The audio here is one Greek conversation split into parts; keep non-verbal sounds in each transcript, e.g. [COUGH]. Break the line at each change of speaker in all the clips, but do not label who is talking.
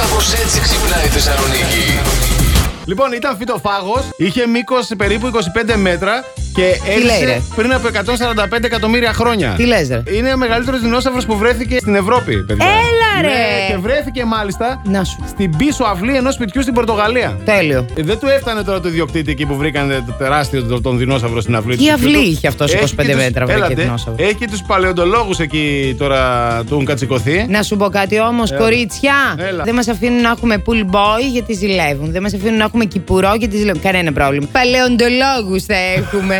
Κάπως έτσι ξυπνάει η Θεσσαλονίκη.
Λοιπόν, ήταν φυτοφάγος, είχε μήκος περίπου 25 μέτρα και
λέει, ρε?
έζησε πριν από 145 εκατομμύρια χρόνια.
Τι λες, ρε?
Είναι ο μεγαλύτερος δεινόσαυρος που βρέθηκε στην Ευρώπη, παιδιά.
Έλα, ρε!
Ναι, και βρέθηκε μάλιστα
Να σου.
στην πίσω αυλή ενός σπιτιού στην Πορτογαλία.
Τέλειο.
Ε, Δεν του έφτανε τώρα το ιδιοκτήτη εκεί που βρήκαν ε, το τεράστιο το- τον δεινόσαυρο στην αυλή
Τι
του.
αυλή
σπιτιού του.
είχε αυτός,
Έχει
25
και τους-
μέτρα βρήκε
Έλατε,
δεινόσαυρο.
Έχει και τους παλαιοντολόγους εκεί τώρα του έχουν κατσικωθεί.
Να σου πω κάτι όμως, κορίτσια.
Έλα.
Δεν μας αφήνουν να έχουμε pool boy γιατί ζηλεύουν. Δεν μας αφήνουν να έχουμε κυπουρό γιατί ζηλεύουν. Κανένα πρόβλημα. Παλαιοντολόγους θα
[LAUGHS]
έχουμε.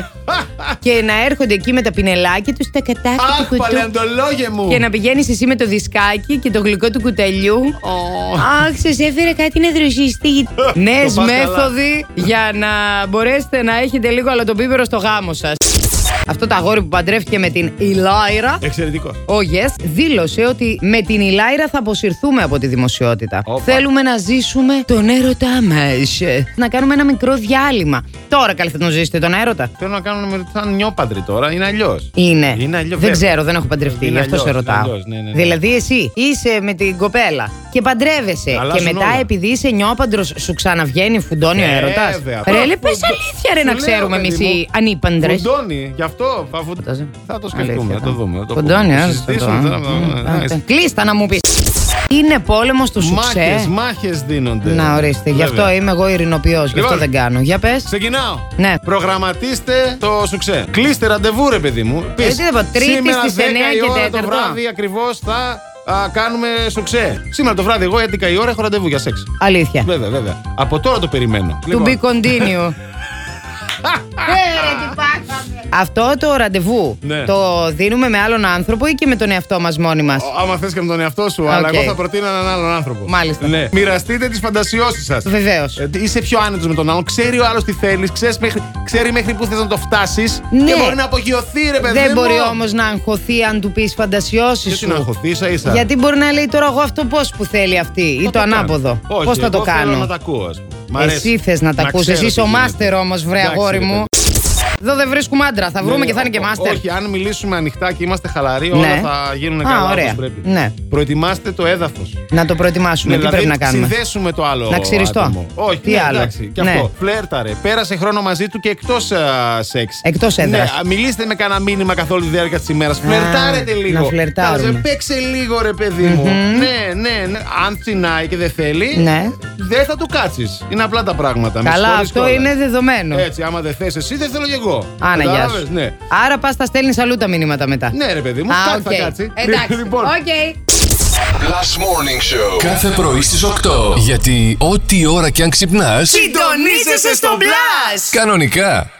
και να έρχονται εκεί με τα πινελάκια τους, τα κατάκια του
Αχ,
κουτού.
παλαιοντολόγε μου!
Και να πηγαίνεις εσύ με το δισκάκι και το γλυκό του κουταλιού. Αχ, σας έφερα κάτι να δροσιστεί. Νέε
[LAUGHS] Το πας καλά.
μέθοδοι για να μπορέσετε να έχετε λίγο αλατοπίπερο στο γάμο σας. Αυτό το αγόρι που παντρεύτηκε με την Ηλάιρα
Εξαιρετικό.
ο Yes δήλωσε ότι με την Ηλάιρα θα αποσυρθούμε από τη δημοσιότητα.
Όπα.
Θέλουμε να ζήσουμε τον έρωτά μας. Να κάνουμε ένα μικρό διάλειμμα. Τώρα καλή θα τον ζήσετε τον έρωτα.
Θέλω να κάνω με σαν νιόπαντρη τώρα, είναι αλλιώς.
Είναι.
Είναι αλλιώς,
δεν
βέβαια.
ξέρω, δεν έχω παντρευτεί,
Είναι
γι' αυτό
αλλιώς,
σε
είναι
ρωτάω.
αλλιώς, ναι, ναι, ναι.
Δηλαδή, εσύ είσαι με την κοπέλα και παντρεύεσαι.
Αλλάζουν
και μετά,
όλα.
επειδή είσαι νιόπαντρος, σου ξαναβγαίνει, φουντώνει ο
Ε, Βέβαια.
έρωτα. Ρε, λε, πες
Φου-
αλήθεια, ρε,
Σου
να
λέω,
ξέρουμε εμεί
παιδί
οι
μου,
ανήπαντρες.
Φουντώνει, γι' αυτό θα, φου-
Φαντάζει.
θα το
Αλήθεια,
σκεφτούμε, θα το
θα.
δούμε. θα το
Φουντώνει,
πούμε.
ε,
Συζητήσουμε
φουντώνει.
τώρα,
Μμμ,
ναι, ναι.
άντε. Κλείστα να μου πεις. Είναι πόλεμος του
Μάχες,
σουξέ.
μάχες δίνονται.
Να ορίστε, γι' αυτό
Ναι, Βέβαια.
είμαι εγώ ειρηνοποιός, γι' αυτό
Λοιπόν.
δεν κάνω. Για πες.
Ξεκινάω.
Ναι.
Προγραμματίστε το σουξέ. Κλείστε ραντεβού, ρε παιδί μου. Πεις,
Ε, τι θα πω, Τρίτη
σήμερα
στις
10
εννέα
η
και
ώρα το
τέταρτο.
βράδυ ακριβώς θα α, κάνουμε σουξέ. Σήμερα το βράδυ, εγώ 11 η ώρα έχω ραντεβού για σεξ.
Αλήθεια.
Βέβαια, βέβαια. Από τώρα το περιμένω.
To
Ναι, Λοιπόν, [LAUGHS]
be continue. Ε, ρε, τι πάθαμε. Αυτό το ραντεβού
Ναι.
το δίνουμε με άλλον άνθρωπο ή και με τον εαυτό μας μόνοι μας.
Ω, Άμα θες και με τον εαυτό σου, αλλά
Οκ.
εγώ θα προτείνω έναν άλλον άνθρωπο.
Μάλιστα.
Ναι. Μοιραστείτε τις φαντασιώσεις σας.
Βεβαίως.
Ε, είσαι πιο άνετος με τον άλλον. Ξέρει ο άλλος τι θέλεις, ξέρεις μέχρι, ξέρει μέχρι πού θες να το φτάσεις.
Ναι.
Και μπορεί να απογειωθεί, ρε παιδί.
Δεν
μου.
μπορεί όμως να αγχωθεί αν του πεις φαντασιώσεις
Γιατί να
σου.
αγχωθεί, ίσα ίσα.
Γιατί μπορεί να λέει τώρα εγώ αυτό πώς που θέλει αυτή ή το ανάποδο.
Όχι,
Πώς θα το
εγώ θέλω
κάνω.
να τα ακούω, ας πούμε. Μ' αρέσει.
Εσύ θες να τα ακούσει.
ξέρω
Εσύ είσαι ο
τι γίνεται.
μάστερ όμως, βρε
Εντάξει,
αγόρι
ρε
μου.
παιδί.
Εδώ δεν βρίσκουμε άντρα. Θα βρούμε
Ναι,
και θα είναι και
ό-
μάστερ.
Όχι, αν μιλήσουμε ανοιχτά και είμαστε χαλαροί,
Ναι.
όλα θα γίνουν
Α,
καλά
ωραία.
όπως πρέπει.
Ναι.
Προετοιμάστε το έδαφος.
Να το προετοιμάσουμε. Τι
δηλαδή,
πρέπει να κάνουμε.
Ναι, συνδέσουμε το άλλο.
Να ξυριστώ.
άτομο. Όχι,
Τι
ναι,
άλλο.
εντάξει. Και
Ναι.
αυτό. Φλέρταρε. Πέρασε χρόνο μαζί του και εκτός σεξ.
Εκτός έδρας.
Ναι, α, μιλήστε με κανένα μήνυμα καθ' όλη τη διάρκεια της ημέρας. Φλερτάρετε λίγο.
να φλερτάρουμε.
Κάτσε, Παίξε λίγο, ρε παιδί μου. Ναι, ναι, ναι. Αν τσινάει και δεν θέλει,
Ναι.
δεν θα του κάτσεις. Είναι απλά τα πράγματα. Με
Καλά,
συγχωρείς
αυτό
κιόλας.
είναι δεδομένο.
Έτσι, άμα δεν θες εσύ, δεν θέλω κι εγώ.
Άνα, γεια
Κατάλαβες,
σου.
Ναι.
Άρα πας τα στέλνεις αλλού τα μηνύματα μετά.
Ναι, ρε παιδί μου,
Α,
κάτι
οκ.
θα κάτσει.
Εντάξει.
Λοιπόν,
Οκ.
Last Morning Show.
Κάθε πρωί στις 8. Γιατί ό,τι ώρα κι αν ξυπνάς,
Συντονίζεσαι στο μπλα!
κανονικά.